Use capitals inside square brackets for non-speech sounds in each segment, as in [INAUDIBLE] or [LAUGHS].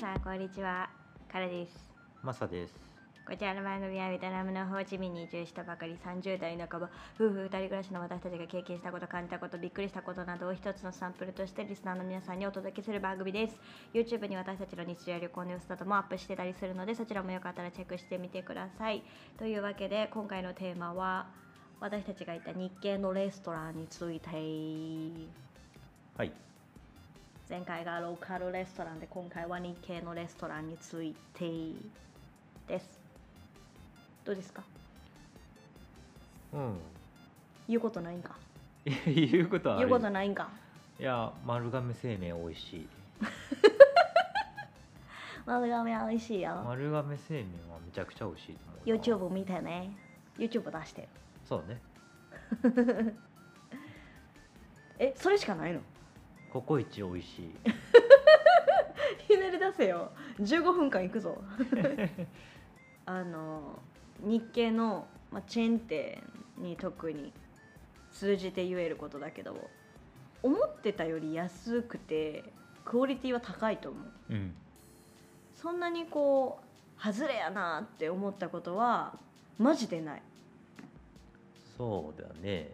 さんこんにちはカラですマサです。こちらの番組はベトナムのホーチミンに移住したばかり30代半ば夫婦2人暮らしの私たちが経験したこと感じたことびっくりしたことなどを一つのサンプルとしてリスナーの皆さんにお届けする番組です YouTube に私たちの日常や旅行の様子などもアップしてたりするのでそちらもよかったらチェックしてみてくださいというわけで今回のテーマは私たちがいた日系のレストランについてはい。前回がローカルレストランで今回は日系のレストランについてですどうですかうん。言うことないんか言うことはあ言るうことないんかいや、丸亀製麺美味しい。丸亀美味しいよ丸亀製麺はめちゃくちゃ美味しいと思 YouTube う。見てね YouTube 出してるそうね。えそれしかないのココイチ美味しい。ひねり出せよ15分間いく [LAUGHS] ぞあの日系の、まあ、チェーン店に特に通じて言えることだけど思ってたより安くてクオリティは高いと思う [LAUGHS] うん。そんなにこう外れやなって思ったことはマジでないそうだね。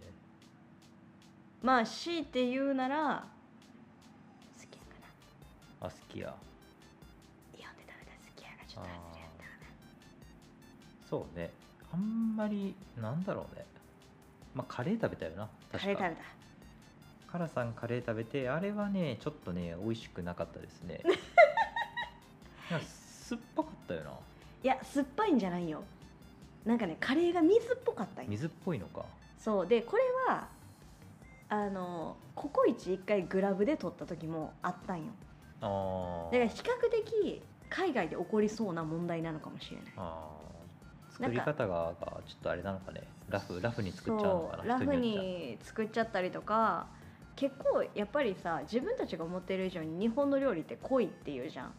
まあ強いて言うなら好きやかなあ、好きや。イオンで食べた好きやがちょっと外れやったそうね。あんまり、なんだろうね。まあ、カレー食べたよな。カレー確か食べたカラさんカレー食べて、あれはね、ちょっとね、美味しくなかったで [LAUGHS] すね。なんか酸っぱかったよな。いや酸っぱいんじゃないよなんかねカレーが水っぽかったんよ水っぽいのか。そうでこれはあのココイチ1回グラブで取った時もあったんよああ。だから比較的海外で起こりそうな問題なのかもしれないあーなん作かり方ががちょっとあれなのかねラフラフに作っちゃうのそかなうラフ人よっちに作っちゃったりとか結構やっぱりさ自分たちが思ってる以上に日本の料理って濃いっていうじゃんゃ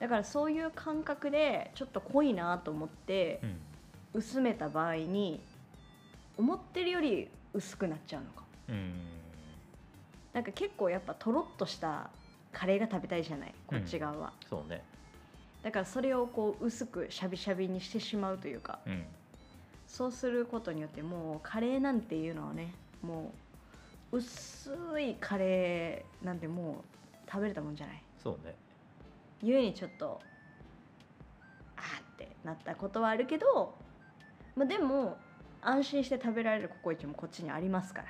だからそういう感覚でちょっと濃いなと思ってうん、うん、薄めた場合に思ってるより薄くなっちゃうのかうんなんか結構やっぱとろっとしたカレーが食べたいじゃないこっち側は、そうねだからそれをこう薄くしゃびしゃびにしてしまうというかうんそうすることによってもうカレーなんていうのはねもう薄いカレーなんてもう食べれたもんじゃないそうねゆえにちょっとあーってなったことはあるけど、まあ、でも安心して食べられるココイチもこっちにありますから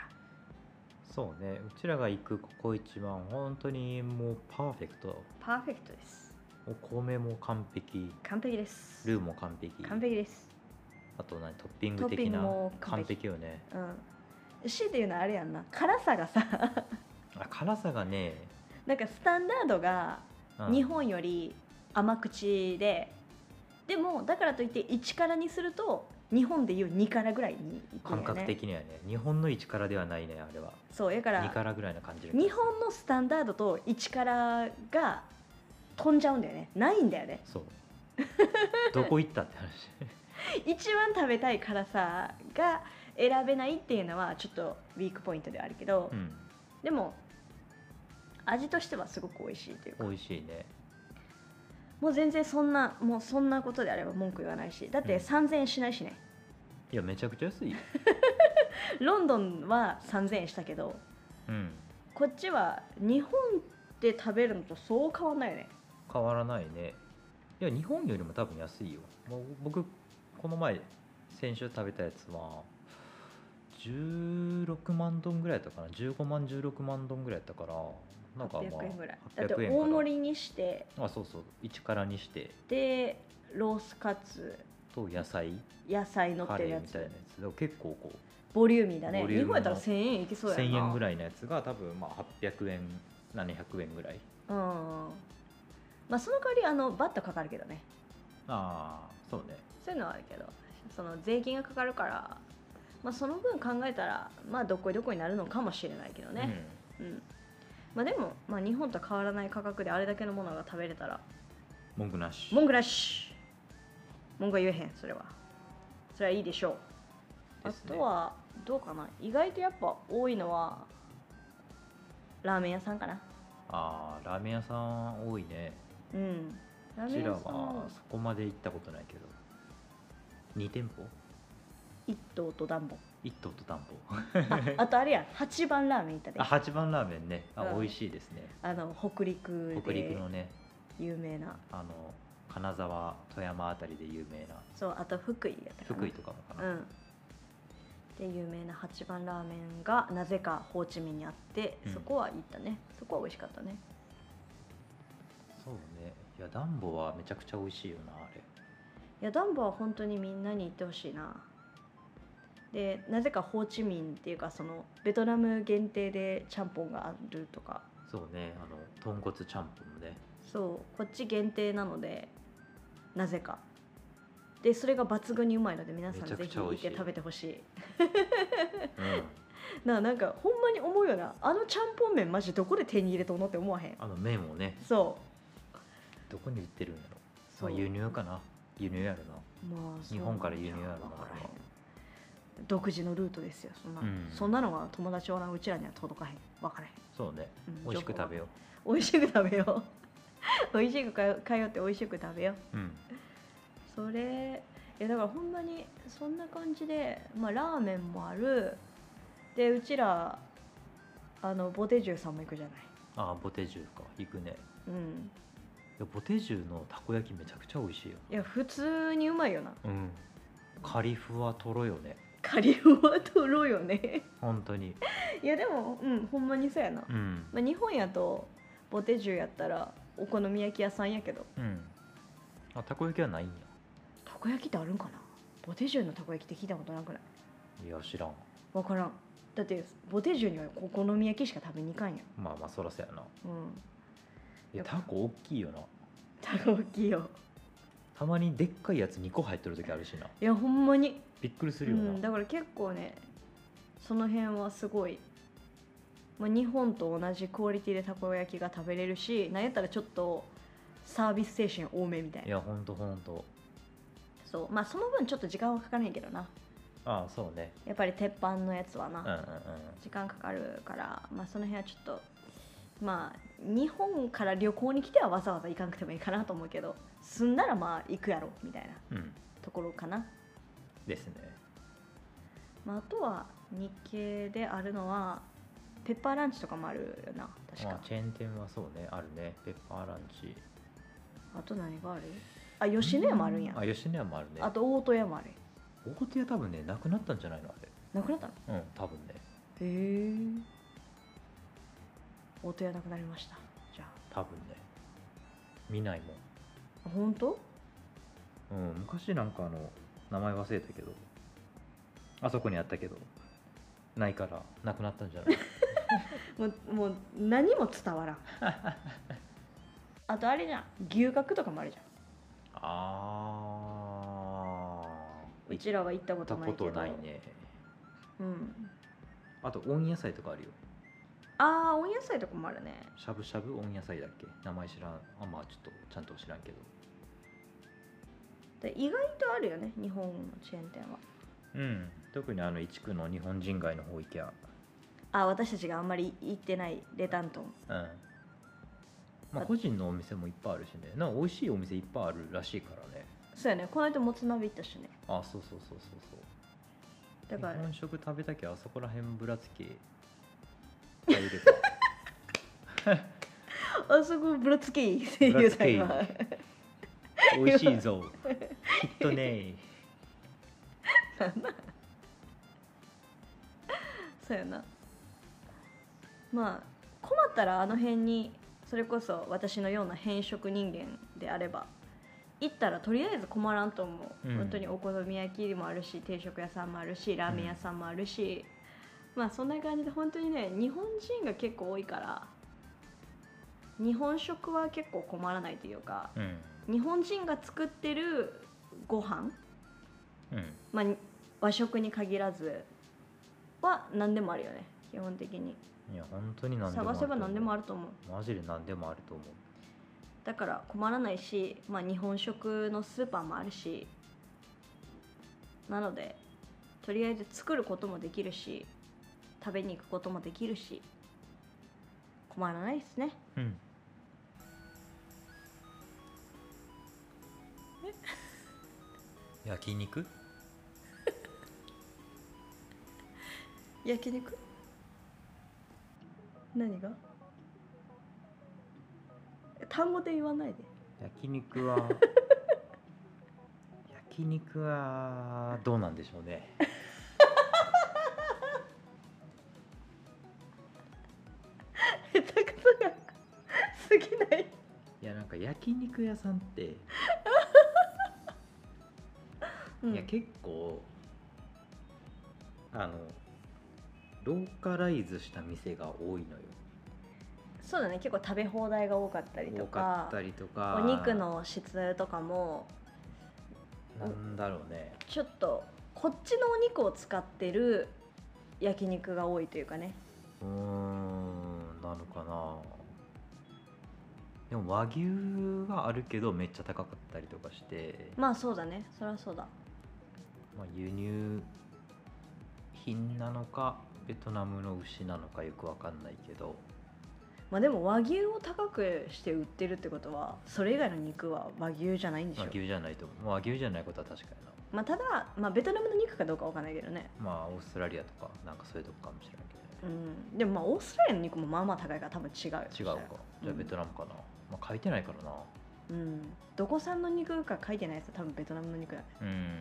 そうねうちらが行くここ一番本当にもうパーフェクトパーフェクトですお米も完璧完璧ですルーも完璧完璧ですあと何トッピントグッピ的ングなも完完璧璧よねうん強いて言うのはあれやんな辛さがさ [LAUGHS] あ辛さがね、なんかスタンダードがうん日本より甘口で、でもだからといって1辛にすると日本でいう2辛ぐらいにいくん感よね覚的にはね日本の一からではないねあれはそうだか2らからぐらいの感じる日本のスタンダードと1辛が飛んじゃうんだよねないんだよねそう [LAUGHS] どこ行ったって話一番食べたい辛さが選べないっていうのはちょっとウィークポイントではあるけど、うんでも味としてはすごく美味しいというか美味しいねもう全然そんなもうそんなことであれば文句言わないしだってうん3000円しないしね、いやめちゃくちゃ安いよ、ロンドンは3000円したけどうん、こっちは日本で食べるのとそう変わんないよね変わらないねいや日本よりも多分安いよもう僕この前先週食べたやつは16万ドンぐらいだったかな15万16万ドンぐらいだったからなんかまあ800円ぐらいだっ800て円から大盛りにしてあそうそう1からにしてでロースカツと野菜野菜乗っカてるレーやみたいなつやつでも結構こうボリューミーだねボリュー日ム本のやったら1000円いきそうやな1000円ぐいらいのやつが多分まあ800円700円ぐらいうんまあその代わりあのバッとかかるけどねああそうねそういうのはあるけどその税金がかかるからまあその分考えたらまあどっこいどっこいになるのかもしれないけどね、うんうんまあ、でも、まあ、日本と変わらない価格であれだけのものが食べれたら文句なし文句なし文句は言えへんそれはそれはいいでしょうあですねとはどうかな意外とやっぱ多いのはラーメン屋さんかなあーラーメン屋さん多いねうんラうーメちンら屋はさんそこまで行ったことないけど2店舗一頭とダンボ一頭と担保ああとあれや八番ラーメン行ったであ八番ラーメンねあ、うん美味しいですねあの北陸北陸でのね有名なあの金沢富山あたりで有名なそうあと福井やったかな福井とかもかうな、んで有名な八番ラーメンがなぜかホーチミンにあってうんそこは行ったね、そこは美味しかったねそうねいやダンボはめちゃくちゃ美味しいよなあれいやダンボは本当にみんなに行ってほしいなでなぜかホーチミンっていうかそのベトナム限定でちゃんぽんがあるとかそうねあの豚骨ちゃんぽんも [LAUGHS] ねそうこっち限定なのでなぜかでそれが抜群にうまいので皆さんめちゃぜくひちゃ行美っ味しいて食べてほしいうんなあなんかほんまに思うよなあのちゃんぽん麺マジどこで手に入れとんのって思わへんあの麺をねそうどこに売ってるんやろそうまあ輸入かな輸入やろなまあそう日本から輸入やろなわからへん独自のルートですよそんな、うんそんなのは友達おらんうちらには届かへん分からへん、そうねうん美味しく食べよ美味しく食べよう [LAUGHS] 美味しくかよ通って美味しく食べようううんそれいやだからほんまにそんな感じで、まあ、ラーメンもあるでうちらあのボテジュさんも行くじゃないあボテジュか行くねうんいやボテジュのたこ焼きめちゃくちゃ美味しいよいや普通にうまいよなうんカリフはとろよねカリフはとろよね [LAUGHS] 本当にいやでもうんほんまにそうやな、うんまあ、日本やとボテジュやったらお好み焼き屋さんやけどうんあたこ焼きはないんやたこ焼きってあるんかなボテジュのたこ焼きって聞いたことなくないいや知らん分からんだってボテジュにはお好み焼きしか食べに行かんやんまあまあそらそうやなうんいやタコ大きいよなたこ焼きよたまにでっかいやつ2個入ってる時あるしないやほんまにびっくりすうるよな、ん、だから結構ねその辺はすごい、まあ、日本と同じクオリティでたこ焼きが食べれるしなんやったらちょっとサービス精神多めみたいいなやほんとほんとそうまあその分ちょっと時間はかかんねんけどなああそうねやっぱり鉄板のやつはな、うんうんうん時間かかるから、まあ、その辺はちょっとまあ日本から旅行に来てはわざわざ行かなくてもいいかなと思うけど住んだらまあ行くやろみたいなうんところかなですねまあ、あとは日系であるのはペッパーランチとかもあるよな確まかあチェーン店はそうねあるねペッパーランチあと何があるあ吉野家もあるんやあ吉野家もあるねあと大戸屋もある大手屋多分ねなくなったんじゃないのあなくなったのれうん多分ねへえ大戸屋なくなりましたじゃ多分ね見ないもんあ本当うん、昔なんかあの名前忘れたけどあそこにあったけどないからなくなったんじゃないもうもう何も伝わらんあとあれじゃん牛角とかもあるじゃん [LAUGHS] あうちらは行ったこ行ったとないこけどとないねうん、あと温野菜とかあるよああ温野菜とかもあるねしゃぶしゃぶ温野菜だっけ名前知らんあまあちょっとちゃんと知らんけどで意外とあるよね日本のチェーン店はうん特にあの一区の日本人街の方行きゃあ私たちがあんまり行ってないレタントンうんまあ個人のお店もいっぱいあるしねなんか美味しいお店いっぱいあるらしいからねそうやねこの間もつ鍋行ったしねあそうそうそうそうそうだから日本食食べたきゃあそこら辺ぶらつき入れ [LAUGHS] たあそこぶらつけいって言うた今ぶらつ美味し [LAUGHS] いぞきっとねそうやなまあ困ったらあの辺にそれこそ私のような偏食人間であれば行ったらとりあえず困らんと思う、うん本当にお好み焼きもあるし定食屋さんもあるしラーメン屋さんもあるし、まあそんな感じで本当にね日本人が結構多いから日本食は結構困らないというかうん日本人が作ってるご飯うんまあ、和食に限らずは何でもあるよね基本的にいや本当に何でも探せば何でもあるると思うと思うマジで何でもあると思うだから困らないし、まあ、日本食のスーパーもあるしなのでとりあえず作ることもできるし食べに行くこともできるし困らないですねうん [LAUGHS] 焼肉焼肉何が単語で言わないで焼肉は焼肉はどうなんでしょうね下手くそが過ぎないいやなんか焼肉屋さんって、うんいや結構あのローカライズした店が多いのよそうだね結構食べ放題が多かったりと多かかったりとかお肉の質とかもなんだろうねちょっとこっちのお肉を使ってる焼肉が多いというかねうーんなのかなでも和牛はあるけどめっちゃ高かったりとかして、まあそうだねそりゃそうだまあ、輸入品なのかベトナムの牛なのかよくわかんないけどまあでも和牛を高くして売ってるってことはそれ以外の肉は和牛じゃないんでしょ和牛じゃないと思うまあ和牛じゃないことは確かになまあただ、まあ、ベトナムの肉かどうかわかんないけどねまあオーストラリアとかなんかそういうとこかもしれないけうんでもまあオーストラリアの肉もまあまあ高いから多分違うよど、ね、違うかじゃあベトナムかな、まあ書いてないからなうんどこ産の肉か書いてないやつは多分ベトナムの肉だねうーん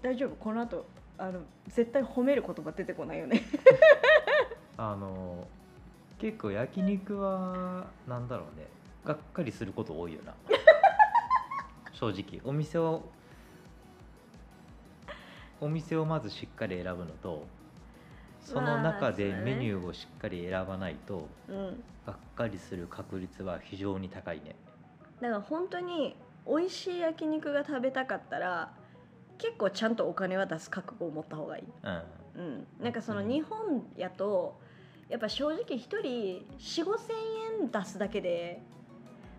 大丈夫この後あの絶対褒める言葉出てこないよねあの結構焼肉はなんだろうねがっかりすること多いよ [LAUGHS] な正直お店をお店をまずしっかり選ぶのとその中でメニューをしっかり選ばないとうんがっかりする確率は非常に高いねだから本当に美味しい焼肉が食べたかったら結構ちゃんとお金は出す覚悟を持った方がいい、うんうん、なんかそのうん日本やとやっぱ正直1人4 5 0 0円出すだけで、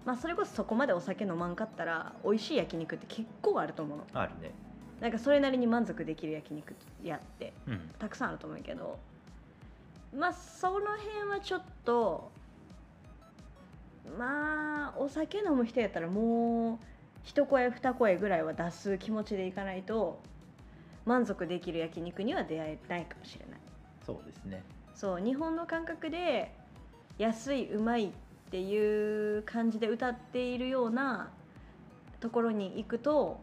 まあ、それこそそこまでお酒飲まんかったら美味しい焼肉って結構あると思うのあるねなんかそれなりに満足できる焼肉やってうんたくさんあると思うけどまあその辺はちょっとまあお酒飲む人やったらもう一声二声ぐらいは出す気持ちでいかないと満足できる焼肉には出会えないかもしれないそうですねそう日本の感覚で安いうまいっていう感じで歌っているようなところに行くと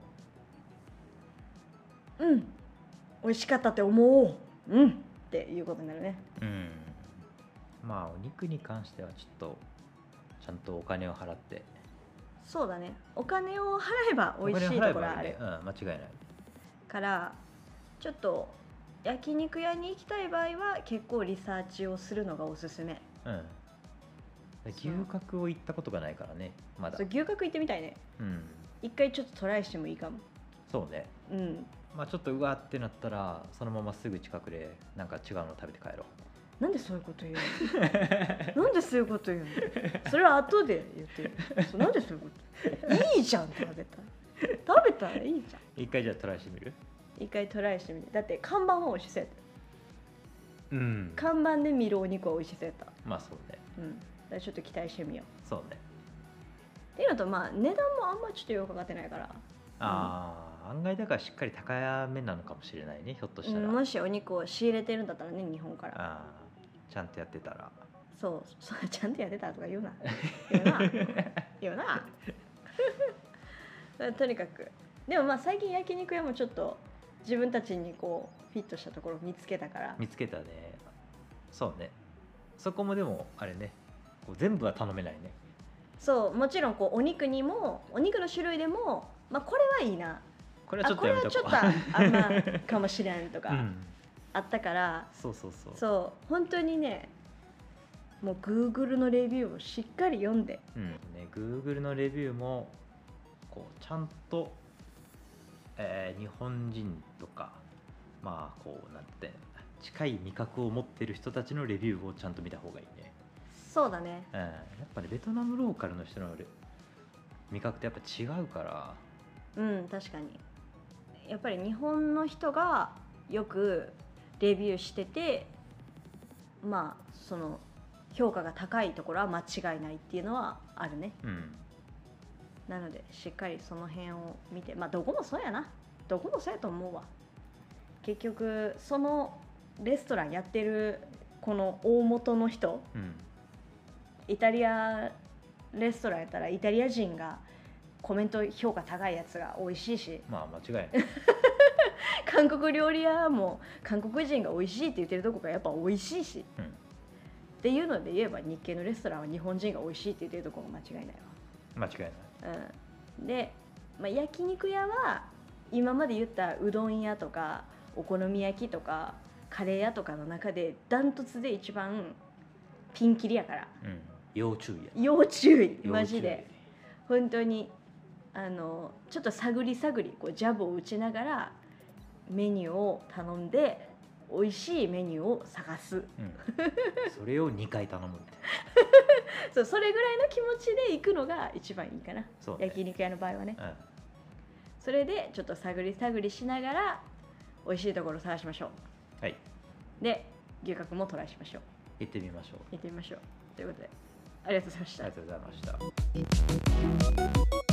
うん美味しかったって思おううんっていうことになるねうんまあお肉に関してはちょっとちゃんとお金を払ってそうだねお金を払えば美味しいお金ところを払えばはあいいるねうん間違いないからちょっと焼肉屋に行きたい場合は結構リサーチをするのがおすすめうん牛角を行ったことがないからねまだそう牛角行ってみたいねうん一回ちょっとトライしてもいいかもそうねうんまあちょっとうわってなったらそのまますぐ近くでなんか違うの食べて帰ろなんでそういうこと言うのなんでそういうこと言うのそれは後で言ってよそうなんでそういうこといいじゃん食べたら食べたらいいじゃう一回じゃあトライしてみるん一回トライしてみてだって看板は美味しそうやったうん看板で見るお肉は美味しそうやったまあそうねうんだからちょっと期待してみようそうねっていうのとまあ値段もあんまちょっとよくわかってないからああ、案外だからしっかり高めなのかもしれないねひょっとしたうら、んもしお肉を仕入れてるんだったらね日本からあーちゃんとやってたらそうそう [LAUGHS] ちゃんとやってたとか [LAUGHS] 言うな言うな言うな [LAUGHS] とにかくでもまあ最近焼肉屋もちょっと自分たちにこうフィットしたところを見つけたから見つけたねそうねそこもでもあれねこう全部は頼めないねそうもちろんこうお肉にもお肉の種類でも、まあ、これはいいなこれはちょあっことれやめはちとょこっうとあんまかもしれないとか、[LAUGHS] [LAUGHS] うん、あったからそうそうそうそう本当にねもうグーグルのレビューをしっかり読んでうんね、Google のレビューもこうちゃんと、えー日本人とかまあこうなんて近い味覚を持ってる人たちのレビューをちゃんと見た方がいいね、そうだねうん、やっぱねベトナムローカルの人のレ味覚ってやっぱ違うからうん確かにやっぱり日本の人がよくレビューしててまあその評価が高いところは間違いないっていうのはあるねうんなのでしっかりその辺を見てまあどこもそうやなどこもそうやと思うわ結局そのレストランやってるこの大元の人うんイタリアレストランやったらイタリア人がコメント評価高いやつが美味しいしまあ間違い [LAUGHS] ない韓国料理屋も韓国人が美味しいって言ってるとこがやっぱ美味しいしうんっていうので言えば日系のレストランは日本人が美味しいって言ってるとこが間違いないわ間違いないうん、で、まあ、焼肉屋は今まで言ったうどん屋とかお好み焼きとかカレー屋とかの中でダントツで一番ピンキリやからうん要注意や要注意マ要ジ注意で本当にあのちょっと探り探りこうジャブを打ちながらメニューを頼んで美味しいメニューを探すうんそれを2回頼むってそうそれぐらいの気持ちで行くのが一番いいかな、そうね焼肉屋の場合はねうんそれでちょっと探り探りしながら美味しいところを探しましょはいうで牛角もトライしましょう行ってみましょう行ってみましょうということでありがとうございましあたりがとうございました